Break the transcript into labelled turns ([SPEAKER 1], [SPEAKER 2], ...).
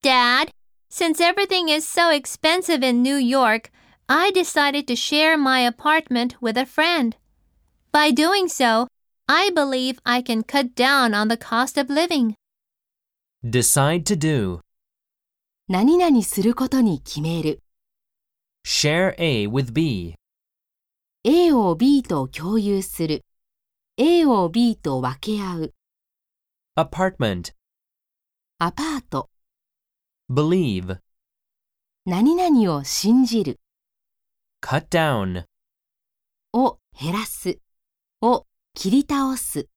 [SPEAKER 1] Dad, since everything is so expensive in New York, I decided to share my apartment with a friend. By doing so, I believe I can cut down on the cost of living.
[SPEAKER 2] Decide to do.
[SPEAKER 3] 何々することに決める。
[SPEAKER 2] Share A with B.
[SPEAKER 3] A を B と共有する。A を B と分け合う。
[SPEAKER 2] Apartment.
[SPEAKER 3] アパート。
[SPEAKER 2] Believe.
[SPEAKER 3] 何々を信じる。
[SPEAKER 2] Cut down.
[SPEAKER 3] を減らす。を切り倒す。